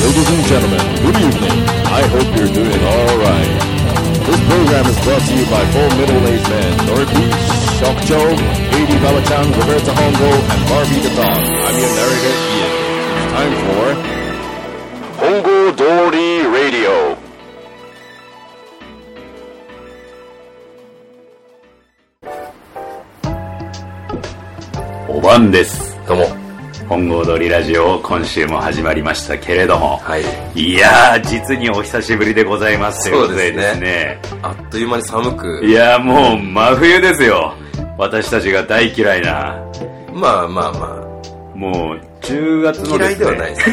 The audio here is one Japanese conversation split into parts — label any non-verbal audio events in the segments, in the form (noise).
Ladies and gentlemen, good evening. I hope you're doing all right. This program is brought to you by four middle-aged men, Dorothy, Shock Joe, Haiti Balachan, Roberta Hongo, and Barbie the Dog. I'm your narrator, Ian. It's time for Hongo Dory Radio. お晩ですどうも。本郷通りラジオ今週も始まりましたけれども、はい。い、やー実にお久しぶりでございますといことそうですねあっという間に寒くい、やーもう真冬ですよ私たちが大嫌いなまあまあまもう10月あ、の嫌いではないです。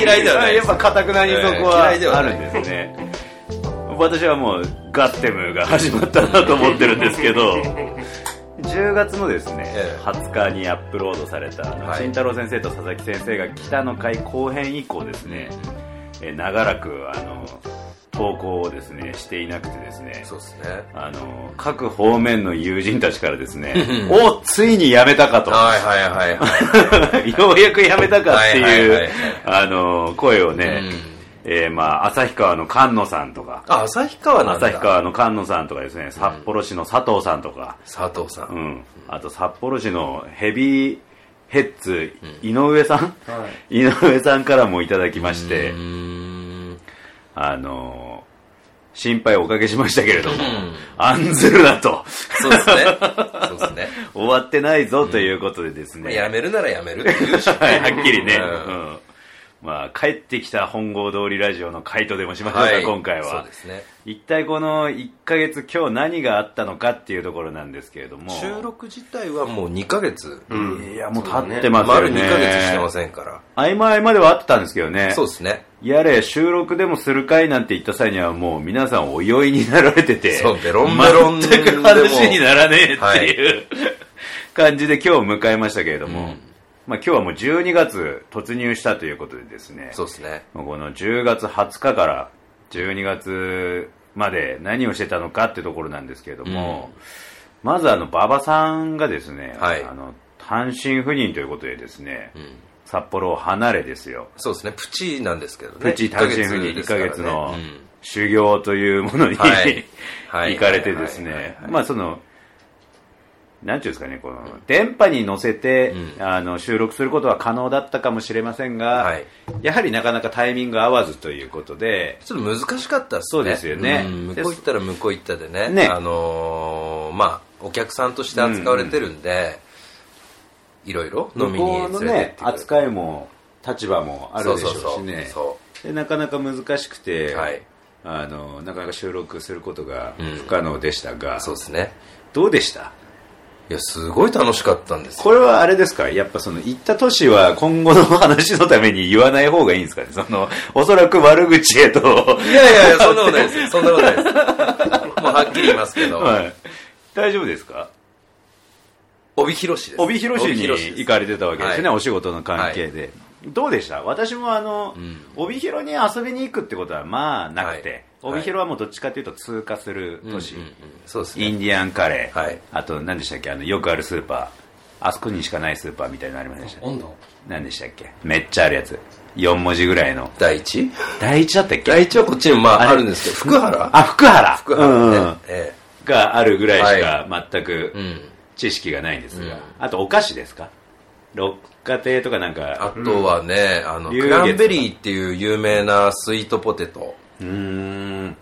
(laughs) 嫌いではないでやっすぱかたくなにそこはええ嫌いではあなるいんですね私はもうガッテムが始まったなと思ってるんですけ (laughs) ど10月のですね、ええ20日にアップロードされたあのはい慎太郎先生と佐々木先生が北の会後編以降ですね、え長らくあの投稿をですねしていなくてですねそうですね。あの各方面の友人たちからです (laughs) ね「おついにやめたか」とはいはいはいはい。 (laughs) ようやくやめたかってはいはいいうはい、あの、声をね、えーまあ、旭川の菅野さんとか、あ、旭川なんだ。旭川の菅野さんとかですね、札幌市の佐藤さんとか、佐藤さ。うんん、あと札幌市のヘビーヘッズ、井上さん、井上さんからもいただきましてう、ーん。あの、心配をおかけしましたけれどもん、案ずるなと、そうです (laughs) ね。そうですね。終わってないぞということでですまあね、やめるならやめるって言うし。 (laughs) はい、はっきりね、ううんんまあ、帰ってきた本郷通りラジオの回答でもしましょうか、今回そうはで。すね。一体この1ヶ月今日何があったのかっていうところなんですけれども。収録自体はもう2ヶ月。いや、もう経ってますよ丸ね。 2ヶ月してませんか合間合間ではあってたんですけどねら。。そうですね。やれ、収録でもする回なんて言った際にはもう皆さんお酔いになられてて。そうベロンベロンでも全く話にならねえっていう、感じで今日を迎えましたけれども。まあ今日はもう12月突入したということでですね。そうですね。この10月20日から12月まで何をしてたのかってところなんですけれども、まずあの馬場さんがですね、はいあの単身赴任ということでですね、ん札幌を離れですよそうですね。プチなんですけどね。プチ単身赴任で1すヶからね月のうん修行というものに、はいはい (laughs) 行かれてですはいはいねは、いまあその、なんていうんですかね、この電波に乗せて、あの収録することは可能だったかもしれませんが、はいやはりなかなかタイミング合わずということで、ちょっと難しかったっすそね。うですよねうん向こう行ったら向こう行ったでね。ねあのーまあ、お客さんとして扱われてるんで、いろいろ飲向みにこ連うれのてってね、くれる扱いも立場もあるでしそうょうしそうね、そでなかなか難しくて、はいあの、なかなか収録することが不可能でしたが、う。そうですね。どうでしたいや、すごい楽しかったんですよ。これはあれですかやっぱその行った都市は今後の話のために言わない方がいいんですかねその、おそらく悪口 (laughs) へと、いやいやいや、そんなことないですよ。そんなことないです。もうはっきり言いますけど、はい、大丈夫ですか帯広市です。帯広市に帯です行かれてたわけですね、はいお仕事の関係で。どうでした私もあの、帯広に遊びに行くってことはまあなくて、はい帯広はもうどっちかというと通過する都市。うんうんうんそうですイね。ンディアンカレー、はいあと何でしたっけあのよくあるスーパーあそこにしかないスーパーみたいなのありませんでした温度何でしたっけめっちゃあるやつ4文字ぐらいの第一第一だったっけ第一はこっちにもまああれあるんですけど、福原あ福原福原うねんうん。えがあるぐらいしか全くえうん。知識がないんですが、うんあとお菓子ですか六花亭とかなんあかとはね、あの、龍月クランベリーっていう有名なスイートポテト、うーん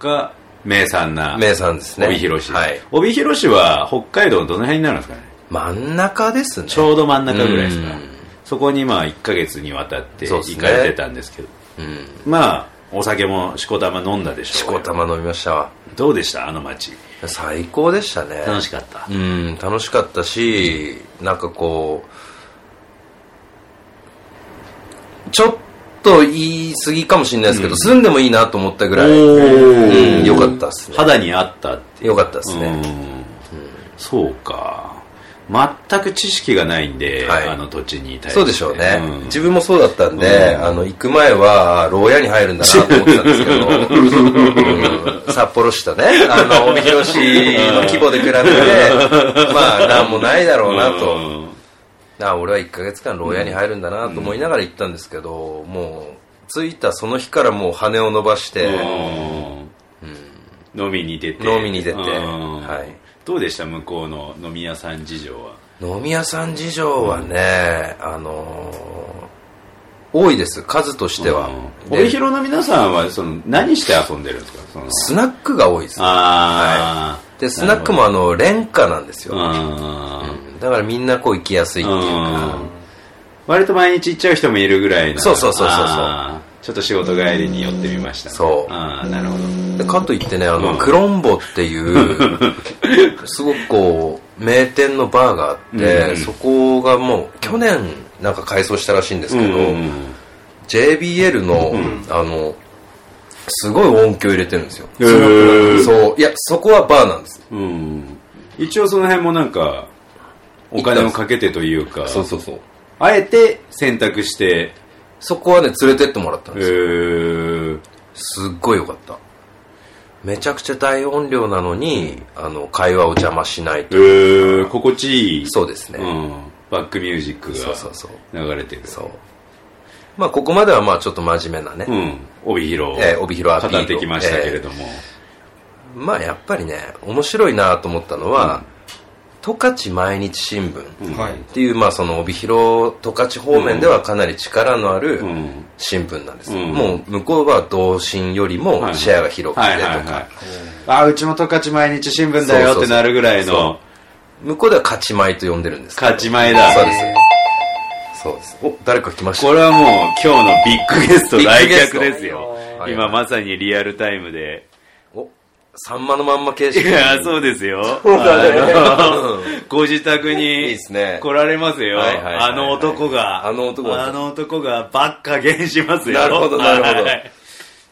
が名産な名産ですね。帯広市、はい。帯広市は北海道のどの辺になるんですかね真ん中ですね。ちょうど真ん中ぐらいですかうんそこにまあ1ヶ月にわたってそうっす行ねかれてたんですけどうん。まあお酒もしこたま飲んだでししょうこたま飲みましたわ。どうでしたあの街最高でしたね。楽しかったうん、楽しかったし、なんかこう、ちょっと言い過ぎかもしれないですけど、住んでもいいなと思ったぐらい、うん、よかったっすね。肌に合ったってよかったっすうね。んそうか全く知識がないんで、はいあの土地に対してそうでしょうね。ん自分もそうだったんで、あの、行く前は、牢屋に入るんだなと思ってたんですけ (laughs) ど、うん札幌市とね、あの、帯 (laughs) 広市の規模で比べて、まあ、なんもないだろうなと。うんあ俺は1ヶ月間牢屋に入るんだなと思いながら行ったんですけど、もう着いたその日からもう羽を伸ばして、飲みに出て飲みに出てうんはいどうでした向こうの飲み屋さん事情は飲み屋さん事情はね、あのー多いです数としては、うんで帯広の皆さんはその何して遊んでるんですかそのスナックが多いですああ、でスナックもあの廉価なんですよ、あうんだからみんなこう行きやすいっていうか、割と毎日行っちゃう人もいるぐらいなそうそうそうそうそうあーちょっと仕事帰りに寄ってみましたそうああなるほどでかといってねあの、うんクロンボっていう (laughs) すごくこう名店のバーがあって、うんそこがもう去年なんか改装したらしいんですけど、うん、 JBL の、あのすごい音響入れてるんですよ、へーそういやそこはバーなんですうん、一応その辺もなんかお金をかけてというかそうそうあえて選択してそこはね連れてってもらったんうですよーすっごい良かっためちゃくちゃ大音量なのにあの会話を邪魔しないとうー心地いいそうですね、うん、バックミュージックそうそうそうが流れてるそうまあここまではまあちょっと真面目なね、うん、帯広をえー帯広アピールを語ってきましたけれども、まあやっぱりね面白いなと思ったのは十勝、毎日新聞っはいていう、まあその帯広十勝方面ではかなり力のあるん新聞なんです、うんもう向こうは同心よりもシェアが広くてとか、あうちも十勝毎日新聞だよってなるぐらいの向こうでは勝ち前と呼んでるんです勝ち前だそうですそうですお誰か来ましたこれはもう今日のビッグゲストビッ来グゲス客トですよはい今まさにリアルタイムでおさんまのまんま形い式やそうですよあのご自宅にいいっすね来られますよはいはいはいはいあの男があの男があの男がばっか減しますよなるほどなるほどはい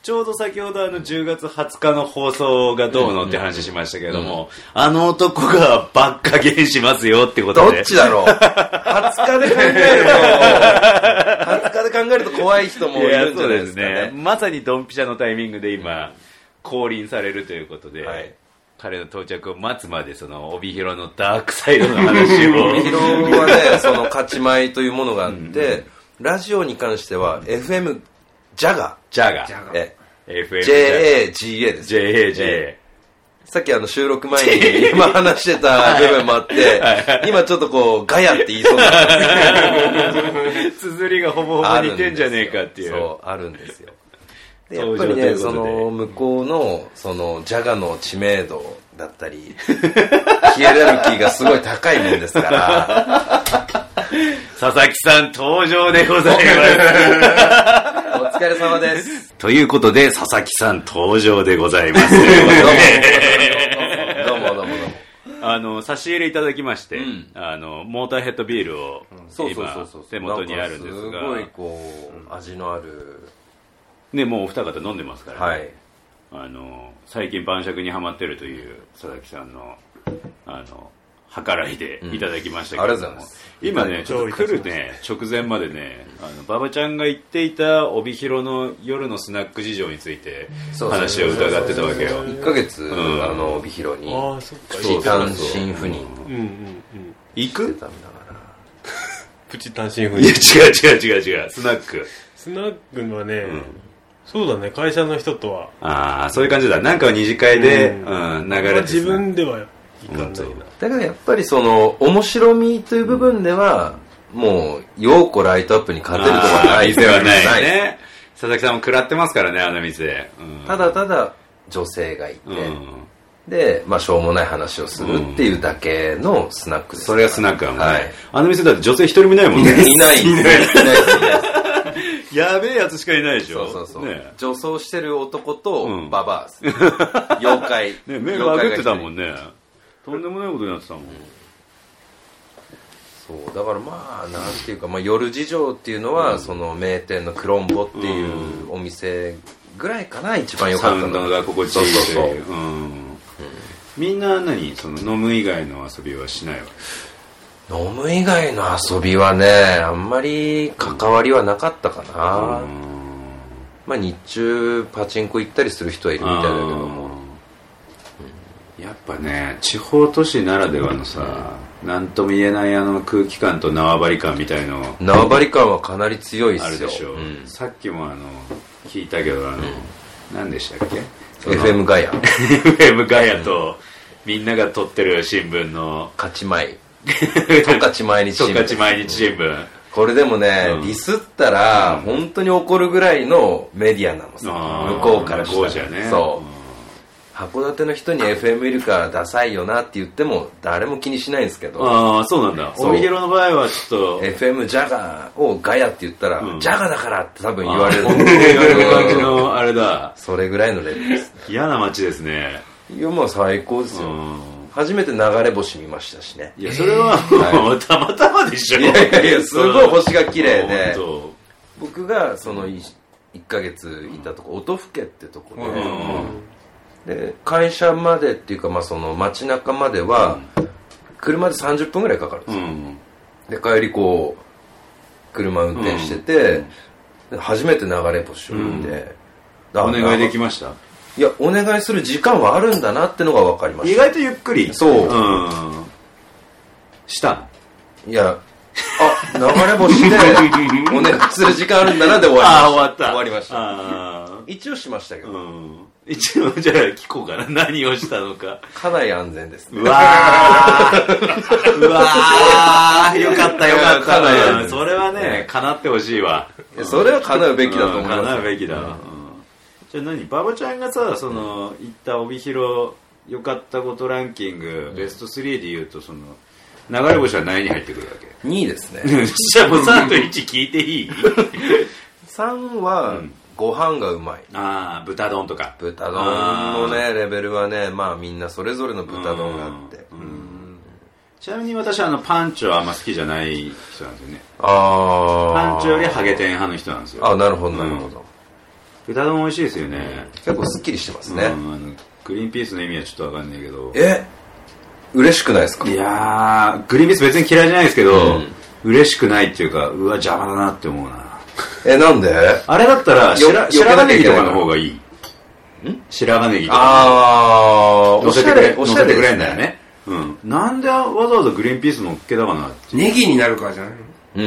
ちょうど先ほどあの10月20日の放送がどうのって話しましたけれども、あの男がばっか減しますよってことどでっち (laughs) だろう20日で考えると20日で考えると怖い人もいるんじゃないですかいやそうねですねまさにドンピシャのタイミングで今降臨されるということで、はい彼の到着を待つまでその帯広のダークサイドの話を帯広はねその勝ち前というものがあってラジオに関しては FM ジャガジャガジャガえ FM JAGA です JAJ さっきあの収録前に今話してた部分も (laughs) あって今ちょっとこうガヤって言いそうになった (laughs) 綴りがほぼほぼ似てんじゃねえかっていうそうあるんですよ (laughs) でやっ登ぱ場とりいねうこそとでの向こうのそのジャガの知名度だった (laughs) りヒエラルキーがすごい高いもんですから佐々木さん登場でございます (laughs) お疲れ様です (laughs) ということで佐々木さん登場でございます (laughs) どうもどうもどうもあの差し入れいただきまして、んあのモーターヘッドビールをそうそうそう今そう手元にあるんですがなんかすごいこう味のあるね、もうお二方飲んでますから、はいあの最近晩酌にはまってるという佐々木さんのあの計らいでいただきましたけれども、うんありがとうございます今ねちょっと来るね直前までねあの馬場ちゃんが言っていた帯広の夜のスナック事情についてそうそう話を伺ってたわけよ1ヶ月、んあの帯広にああそっか時単身赴任うんうんうん行してくたんだからプチ単身赴いや任違う違う違う違うスナックスナックはね、そうだね会社の人とはああそういう感じだなんかは二次会で、ううん流まあれて自スナック分ではいかないな、だからやっぱりその面白みという部分では、もう陽子ライトアップに勝てるとこはない店は (laughs) ないね佐々木さんも食らってますからねあの店、うん、ただただ女性がいて、うんで、まあ、しょうもない話をするっていうだけのスナックですそれがスナックだもんね、はいあの店だって女性一人もいないもんねいないいないいない (laughs) やべえやつしかいないでしそょうそうそう、ね女装してる男とんババ (laughs) アです、妖怪ね目が開けてたもねんねとんでもないことになってたもん、そうだからまあなんていうか、まあ、夜事情っていうのは、その名店のクロンボっていうお店ぐらいかな一番良サかったウンのドが心地いいそうとそういううんみんな何その飲む以外の遊びはしないわそう飲む以外の遊びはねあんまり関わりはなかったかな、うんまあ日中パチンコ行ったりする人はいるみたいだけどもあーやっぱね地方都市ならではのさ、なんとも言えないあの空気感と縄張り感みたいの縄張り感はかなり強いっあるすでよ。しょう、うんさっきもあの聞いたけどあの、何でしたっけその FM ガヤ、 FM ガヤとみんなが撮ってる新聞 (laughs) の勝ち前。トカチ毎日十新勝聞。毎日新聞これでもね、うんディスったら、本当に怒るぐらいのメディアなのさ。あー向こうからした向こうじゃら。ねそうう。ん函館の人に FM いるからダサいよなって言っても誰も気にしないんですけど、ああそうなんだそう帯広の場合はちょっと FM ジャガーをガヤって言ったら、うんジャガだからって多分言われる。言われる感じのあれだそれぐらいのレベルです。嫌な街ですねいや、まあ最高ですうよ。ん初めて流れ星見ましたしね。いやそれはもう (laughs) たまたまでしょいやいやいやすごい星が綺麗で本僕がその1ヶ月いたとこ、音更ってとこ当うんで、で、会社までっていうか、まあその街中までは、車で30分ぐらいかかるんですようんで帰りこう車運転してて、で初めて流れ星を見て、あお願いできましたいやお願いする時間はあるんだなってのが分かりま意した外とゆっくりそうんしたのいやあ流れ星でお願いする時間あるんだなで終わりましたああ終わった終わりましたあ一応しましたけあど、うん一応じゃあ聞こうかな (laughs) 何をしたのかかなり安全です (laughs) ねうわーうわーよかったよかっかなりあたるうんそれはね叶ってほしいわいやそれは叶うべきだと思いうんま叶すうべきだわうんじゃあ何馬場ちゃんがさその行った帯広良かったことランキングベスト3で言うとその流れ星は何に入ってくるわ (laughs) け2位ですねじゃあもう3と1聞いていい3は、んご飯がうまい (laughs) ああ豚丼とか豚丼のねレベルはねまあみんなそれぞれの豚丼があって、ちなみに私はあのパンチョはあんま好きじゃない人なんですよねああパンチョよりハゲテン派の人なんですよあなるほどなるほど、豚丼美味しいですよね結構すっきりしてますうね、んあのグリーンピースの意味はちょっとわかんないけどえ嬉しくないですかいやーグリーンピース別に嫌いじゃないですけど、うん嬉しくないっていうかうわ邪魔だなって思うなえなんであれだったらよ白避け白な髪きネゃいギけとないかの方がいい白髪ネギとかあー乗おせしてゃくれれ乗おしせゃてれくでれんすだよねねうん、なんでわざわざグリーンピースのっけたかなってネギになるからじゃない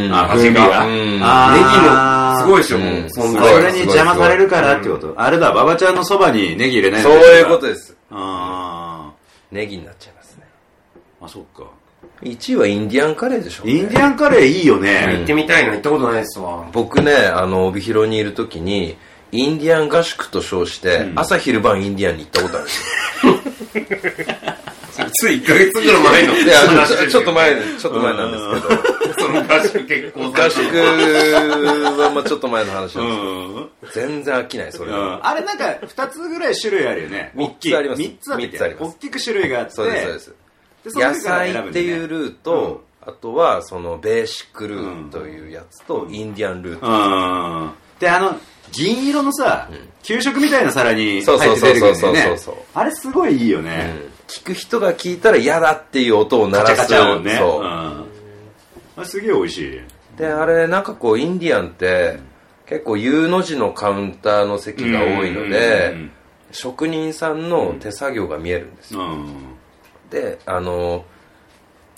うんあ風味がうんあーネギの、すごいですよ、うんもうす存ごいそ在れに邪魔されるからってこと、あれだ馬場ちゃんのそばにネギ入れないそういうことでですあネギになっちゃいますねーあそっか1位はインディアンカレーでしょうね、インディアンカレーいいよね、行ってみたいな、行ったことないですわ。僕ねあの帯広にいる時にインディアン合宿と称して、朝昼晩インディアンに行ったことあるんですよ (laughs) つい1ヶ月ぐらい前のいや (laughs) 話ちょちょっと前ちょっと前なんですけど (laughs) その合宿結構合宿はまあちょっと前の話なんですうんけど、全然飽きないそれは、あれなんか2つぐらい種類あるよね三つ大きいあります三つだったっけ三つあります大きく種類があってそうですそうですでその野中から選菜ぶんっだてよねいうルート、あとはそのベーシックルートというやつと、インディアンルート、うんであの銀色のさ、給食みたいな皿にそう入そってうそう出てくそるうんだそようねそうあれすごいいいよね、聞く人が聞いたら嫌だっていう音を鳴カチャらすカチャもねそううん、あれすげえ美味しいであれなんかこうインディアンって結構 U の字のカウンターの席が多いので、うん職人さんの手作業が見えるんですよ、うんであの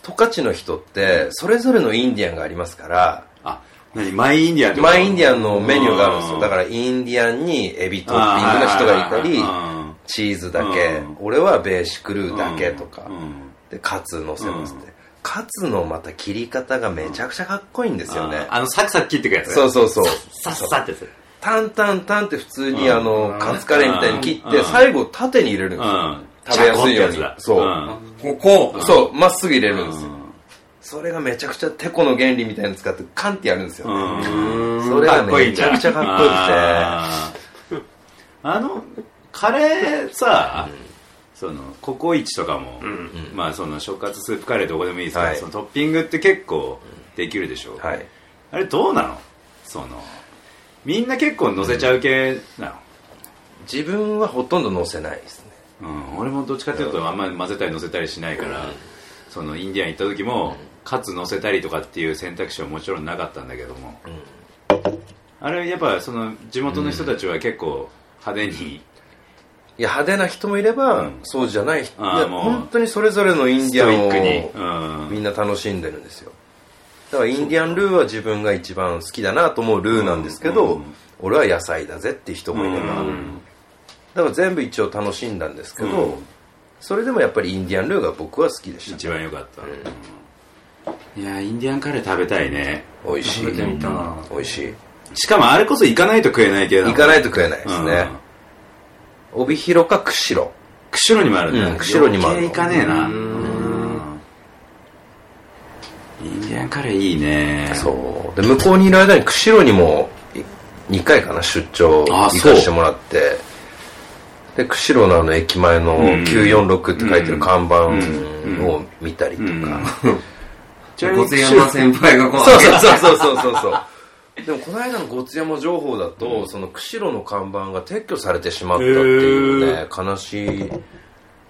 十勝の人ってそれぞれのインディアンがありますからあ何マイインディアンってことマイインディアンのメニューがあるんですうよだからインディアンにエビトッピングの人がいたりあチーズだけ、うん俺はベーシックルーーだけとか、うんでカツ乗せますって、カツのまた切り方がめちゃくちゃかっこいいんですよね、あのサクサク切ってくやつそうそうそうさっさってやつタンタンタンって普通にあのカツカレーみたいに切って、うん最後縦に入れるんでうすよ、ん食べやすいようにチャコってやつだそう、んここ、そうまっすぐ入れるんですよ、うんそれがめちゃくちゃテコの原理みたいなの使ってカンってやるんですよ、うんそれかがっねこいいめんちだゃくちゃかっこよくあーあのカレーさ、そのココイチとかも、まあその食活スープカレーどこでもいいですけど、はいそのトッピングって結構できるでしょう、てはいあれどうなのそのみんな結構乗せちゃう系な自分はほとんど乗せないですねの、うん俺もどっちかっていうとあんまり混ぜたり乗せたりしないから、そのインディアン行った時も、カツ乗せたりとかっていう選択肢はもちろんなかったんだけども、あれやっぱその地元の人たちは結構派手にいや派手な人もいれば、うんそうじゃない人いあーやもう本当にそれぞれのインディアンスをトイックに。みんな楽しんでるんですよだからインディアンルーは自分が一番好きだなと思うルーなんですけど、俺は野菜だぜって人もいれば、だから全部一応楽しんだんですけど、うんそれでもやっぱりインディアンルーが僕は好きでうん。し一番良かった。うんいや、インディアンカレー食べたいね。た美味しい食べてみたな美味しいしかもあれこそ行かないと食えない系だも行んかないと食えないですねうん、帯広か釧路釧路にもあるんだ、うん釧路にもある余計行かねえなうインディアンカレーいいねそうで向こうにいる間に釧路にも2回かな出張行あかそうしてもらってで釧路のあの駅前の946って書いてる看板を見たりとか、ちなみ小に津山先輩がこう、そうそうそうそうそ (laughs) うそうそうでもこの間のごつ山情報だと、その釧路の看板が撤去されてしまったっていうね、悲しい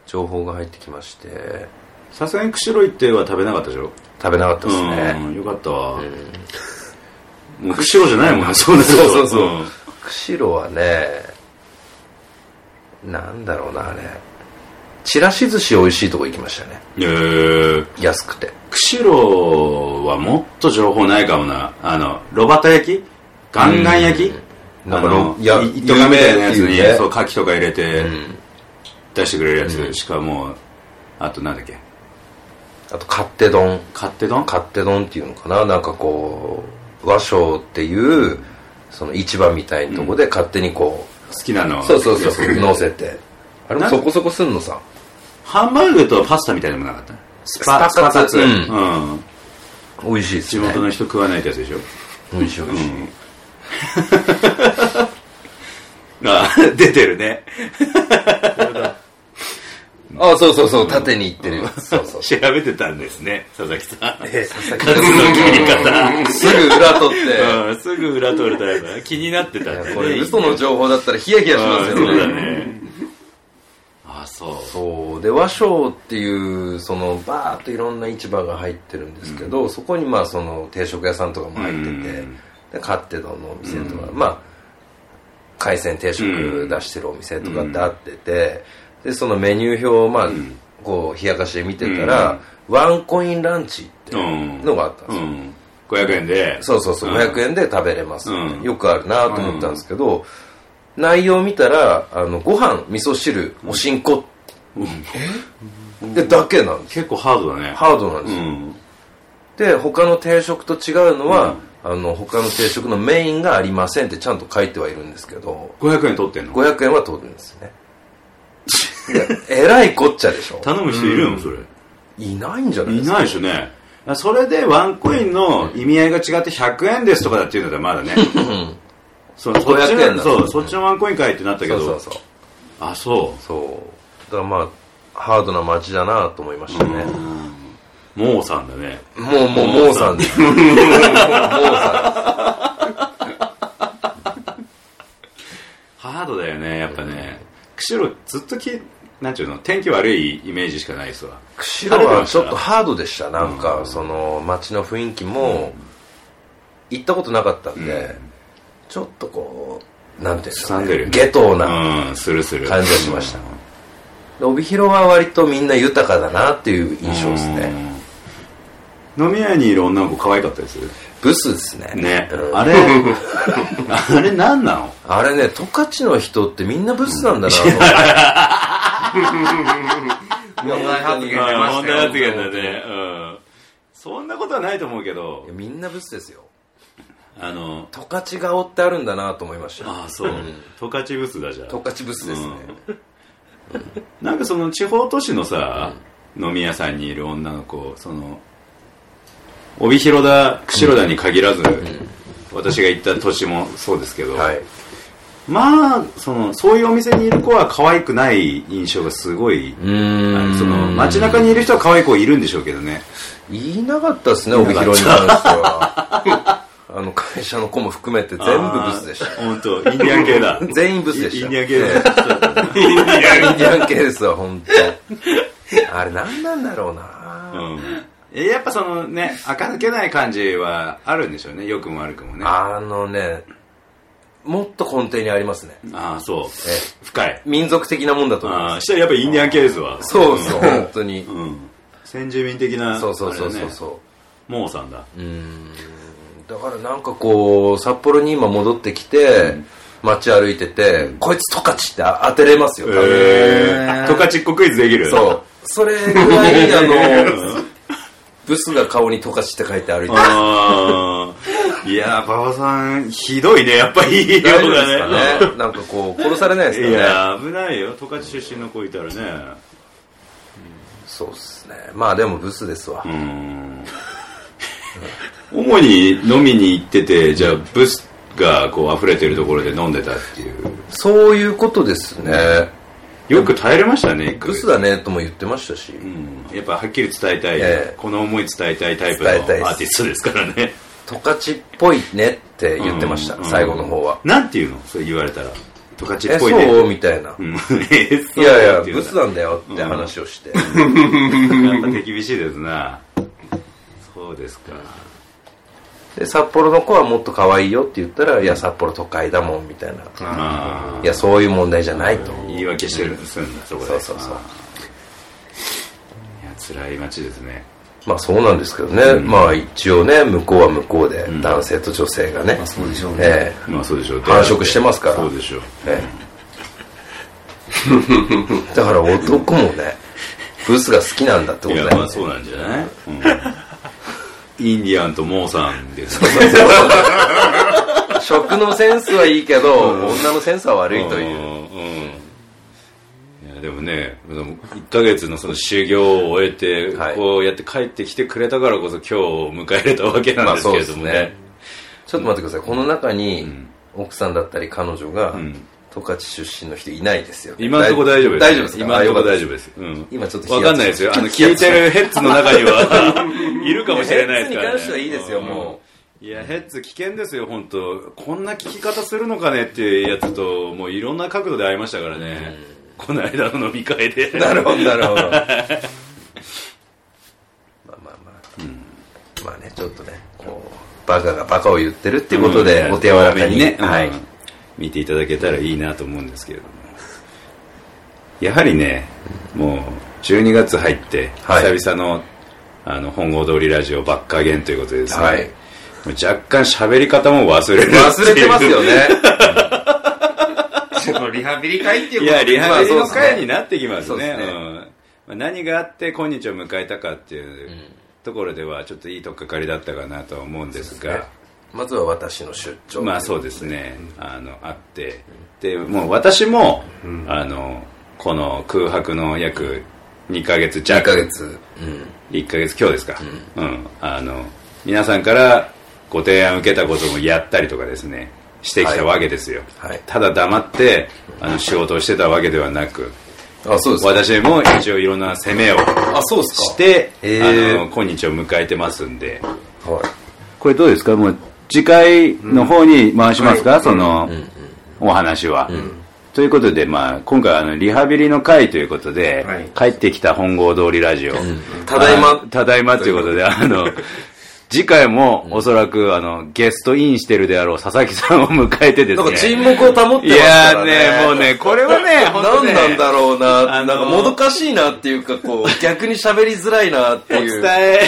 情報が入ってきましてさすがに釧路行っては食べなかったでしょ食べなかったですうねんよかったわ、もう釧路じゃないもんなそうだそうそうそう釧路はねなんだろうなあれちらし寿司美味しいとこ行きましたねんえー安くて釧路はもっと情報ないかもなあの炉端焼きガンガン焼きなあんかのろいやい糸がみたいなやつ有名にっていうねそう牡蠣とか入れてん出してくれるやつしかもうあとなんだっけあと勝手丼勝手丼勝手丼っていうのかななんかこう和尚っていうその市場みたいなとこで勝手にこ好きなのう、そうそうそうそう乗せてあれもそこそこすんのさハンバーグとパスタみたいでもなかったスパスパカツう、うん美味しいです地ね元の人食わないってやつでしょ、美味しい美味しい、あ (laughs) 出てるねあそうそうそう縦にいってる、そうそう調べてたんですね佐々木さんすぐ裏取って、うん、すぐ裏取るタイプだ気になってたんだいねやこれ嘘の情報だったらヒヤヒヤしますようんそうだねねあそうそうで和尚っていうそのバーっといろんな市場が入ってるんですけど、そこにまあその定食屋さんとかも入ってて、うんで勝手丼のお店とか、まあ海鮮定食出してるお店とかってあってて、でそのメニュー表をまあ、こう冷やかしで見てたら、ワンコインランチっていうのがあったんですよ、うん500円でそうそうそう、ん500円で食べれますみたいな、うんよくあるなと思ったんですけど、内容見たらあのご飯味噌汁おしんこ、でだけなんです結構ハードだねハードなんでうすよ、んで他の定食と違うのは、あの他の定食のメインがありませんってちゃんと書いてはいるんですけど500円取ってんの500円は取るんですね (laughs) いやえらいこっちゃでしょ頼む人いるのそれいないんじゃないいですかないでしょね。それでワンコインの意味合いが違って100円ですとかだっていうのだまだね。そうそっち500の円だそうそっちのワンコインかいってなったけそどうそうそうあそそうだからまあハードな街だなと思いましたね、うモーさんだねもうもうもうさんです。もうさハードだよねやっぱね釧路ずっときなんていうの天気悪いイメージしかないですわん。釧路はちょっとハードでした。なんかその街の雰囲気も行ったことなかったんで、ちょっとこうなんていうんですか掴んでるよね。ね下等なうんするする感じがしました。で帯広は割とみんな豊かだなっていう印象ですね。うん飲み屋にいる女の子可愛かったですブスですね。ねうんあれあれ何なのあれね、十勝の人ってみんなブスなんだなまあ問題問題発言出ましたよ発言だね。うん。そんなことはないと思うけどと。、みんなブスですよ。あの、十勝顔ってあるんだなと思いました。ああ、そう。十勝ブスだじゃ十ん。勝ブスですね。なんかその地方都市のさ、飲み屋さんにいる女の子、その、帯広だ、釧路だに限らず、私が行った都市もそうですけど、はい。まあ、その、そういうお店にいる子は可愛くない印象がすごい、あのその、街中にいる人は可愛い子いるんでしょうけどね。いなかったですね帯広に関しては (laughs) あの会社の子も含めて全部ブスでしたあー本当インディアン系だ。 (laughs) 全員ブスでしたインディアン系だ。 (laughs) インディアン系ですわ本当。あれ何なんだろうな、えやっぱそのね、垢抜けない感じはあるんでしょうね、良くも悪くもね。あのねもっと根底にありますねああ、そう。え深い。民族的なもんだと思いあまあ、すしたらやっぱりインディアンケースは。そうそう本当にうん。うん。先住民的な、そうそうそうあれそだうねそモーさんだ。ううーんだからなんかこう札幌に今戻ってきて街歩いててこいつトカチって当てれますよ多分えー、トカチっこクイズできるそう。それぐらい、あの、うんブスが顔にトカチって書いて歩いてる。あー (laughs) いやー、馬場さん、ひどいね、やっぱりいい大丈夫よですだね。かね。なんかこう、殺されないですかいね。やー、危ないよ、十勝出身の子いたらね。そうっすね。まあでもブスですわう。ん。主に飲みに行ってて、じゃあ、ブスがこう溢れてるところで飲んでたっていう。そういうことですね。よく耐えれましたね、ブスだ。だねとも言ってましたし。うん。やっぱはっきり伝えたい、ええこの思い伝えたいタイプの伝えたいですアーティストですからね。トカチっぽいねって言ってましうた。ん最後の方は。なんていうのそれ言われたら。十勝え、っぽいそね。うみたいなう。んえいそうやいや、ってうのブはスなんだよって話をして。なかなか手厳しいですな。そうですか。で、札幌の子はもっと可愛いよって言ったら、いや、札幌都会だもんみたいな。あいや、そういう問題じゃないと。あ、言い訳してるんですんだ、そこで。そうそうそうああいや、辛い街ですね。まあそうなんですけどね、まあ一応ね向こうは向こうで、男性と女性がね、あそうでしょうね。えまあそうでしょう。繁殖してますからそうでしょう。ええ (laughs) えだから男もねブスが好きなんだってこいとや、だまあよねそうなんじゃない、 (laughs) うん、インディアンとモーさんですね。食のセンスはいいけど、女のセンスは悪いという、うん。いやでもね、でも1ヶ月のその修行を終えて、はいこうやって帰ってきてくれたからこそ今日を迎えれたわけなんですけれどもね。まあそうですねちょっと待ってくださいこの中に、ん奥さんだったり彼女がん十勝、出身の人いないですよ今のとこ大丈夫です。大丈夫ですか今のとこ大丈夫夫です。うん。今ちょっとわかんないですよ。あの、聞いてるヘッズの中に (laughs) は、いるかもしれないですから、ね。ヘッズに関してはいいですよもう。いや、ヘッズ危険ですよ、本当こんな聞き方するのかねっていうやつと、もういろんな角度で会いましたからね。この間の飲み会 (laughs) で。なるほどなるほどまあまあまあ、まあねちょっとねこうバカがバカを言ってるっていうことで、うんお手柔らかにね、はい、うん見ていただけたらいいなと思うんですけれどもやはりねもう12月入って、はい久々のあの本郷通りラジオばっかげんということでですね、はいもう若干喋り方も忘れるっていう忘れてますよねちょっとリハビリ会っていういことやリハビリのまあそうです会ねになってきますそうねですねうんまあ何があって今日を迎えたかっていうところではちょっといいとっかかりだったかなとは思うんですが、まずは私の出張まあそうですね、あのあってでもう私も、あのこの空白の約2ヶ月1ヶ弱月、うん、 1ヶ月今日ですか、うんあの皆さんからご提案受けたこともやったりとかですねしてきたわけですよ、はいただ黙ってあの仕事をしてたわけではなくあそうですか私も一応いろんな攻めをあそうですかして、へあーの今日を迎えてますんではいこれどうですかもう次回の方に回しますか、その、お話は、ということで、まあ、今回あのリハビリの会ということで、は帰ってきた本郷通りラジオ、ただいまあただいまということであの次回もおそらくあのゲストインしてるであろう佐々木さんを迎えてですねなんか沈黙を保ってますいかやらーねねもうねこれはね本当何ね (laughs) なんだろうな、あのなんかもどかしいなっていうかこう逆に喋りづらいなっておい伝うえ、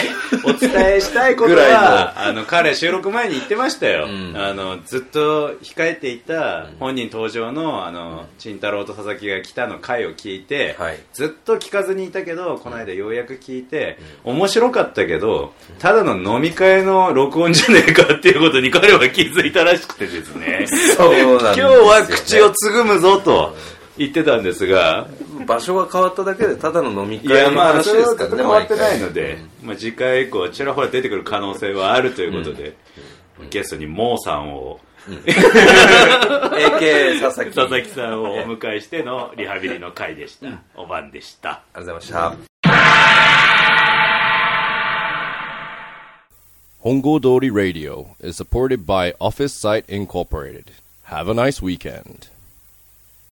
お伝えしたいことぐらいは、のあの、彼収録前に言ってましたよ。んあの、ずっと控えていた本人登場の、あの、慎太郎と佐々木が来たの回を聞いて、はいずっと聞かずにいたけど、この間ようやく聞いて、面白かったけど、ただの飲み会の録音じゃねえかっていうことに彼は気づいたらしくてです (laughs) ね。そうなん今です日よねは口をつぐむぞと言ってたんですが、場所が変わっただけでただの飲みいや会のまあ話そでれはすかずっとらね変わってないの毎 (laughs) で、まあ、次回以降ちらほら出てくる可能性はあるということで、ゲストにモーさんを回 AK 佐々木佐々木さんをお迎えしてのリハビリの会でした、お晩でしたありがとうございました Hongo Dori Radio is supported by Office Site Incorporated. Have a nice weekend.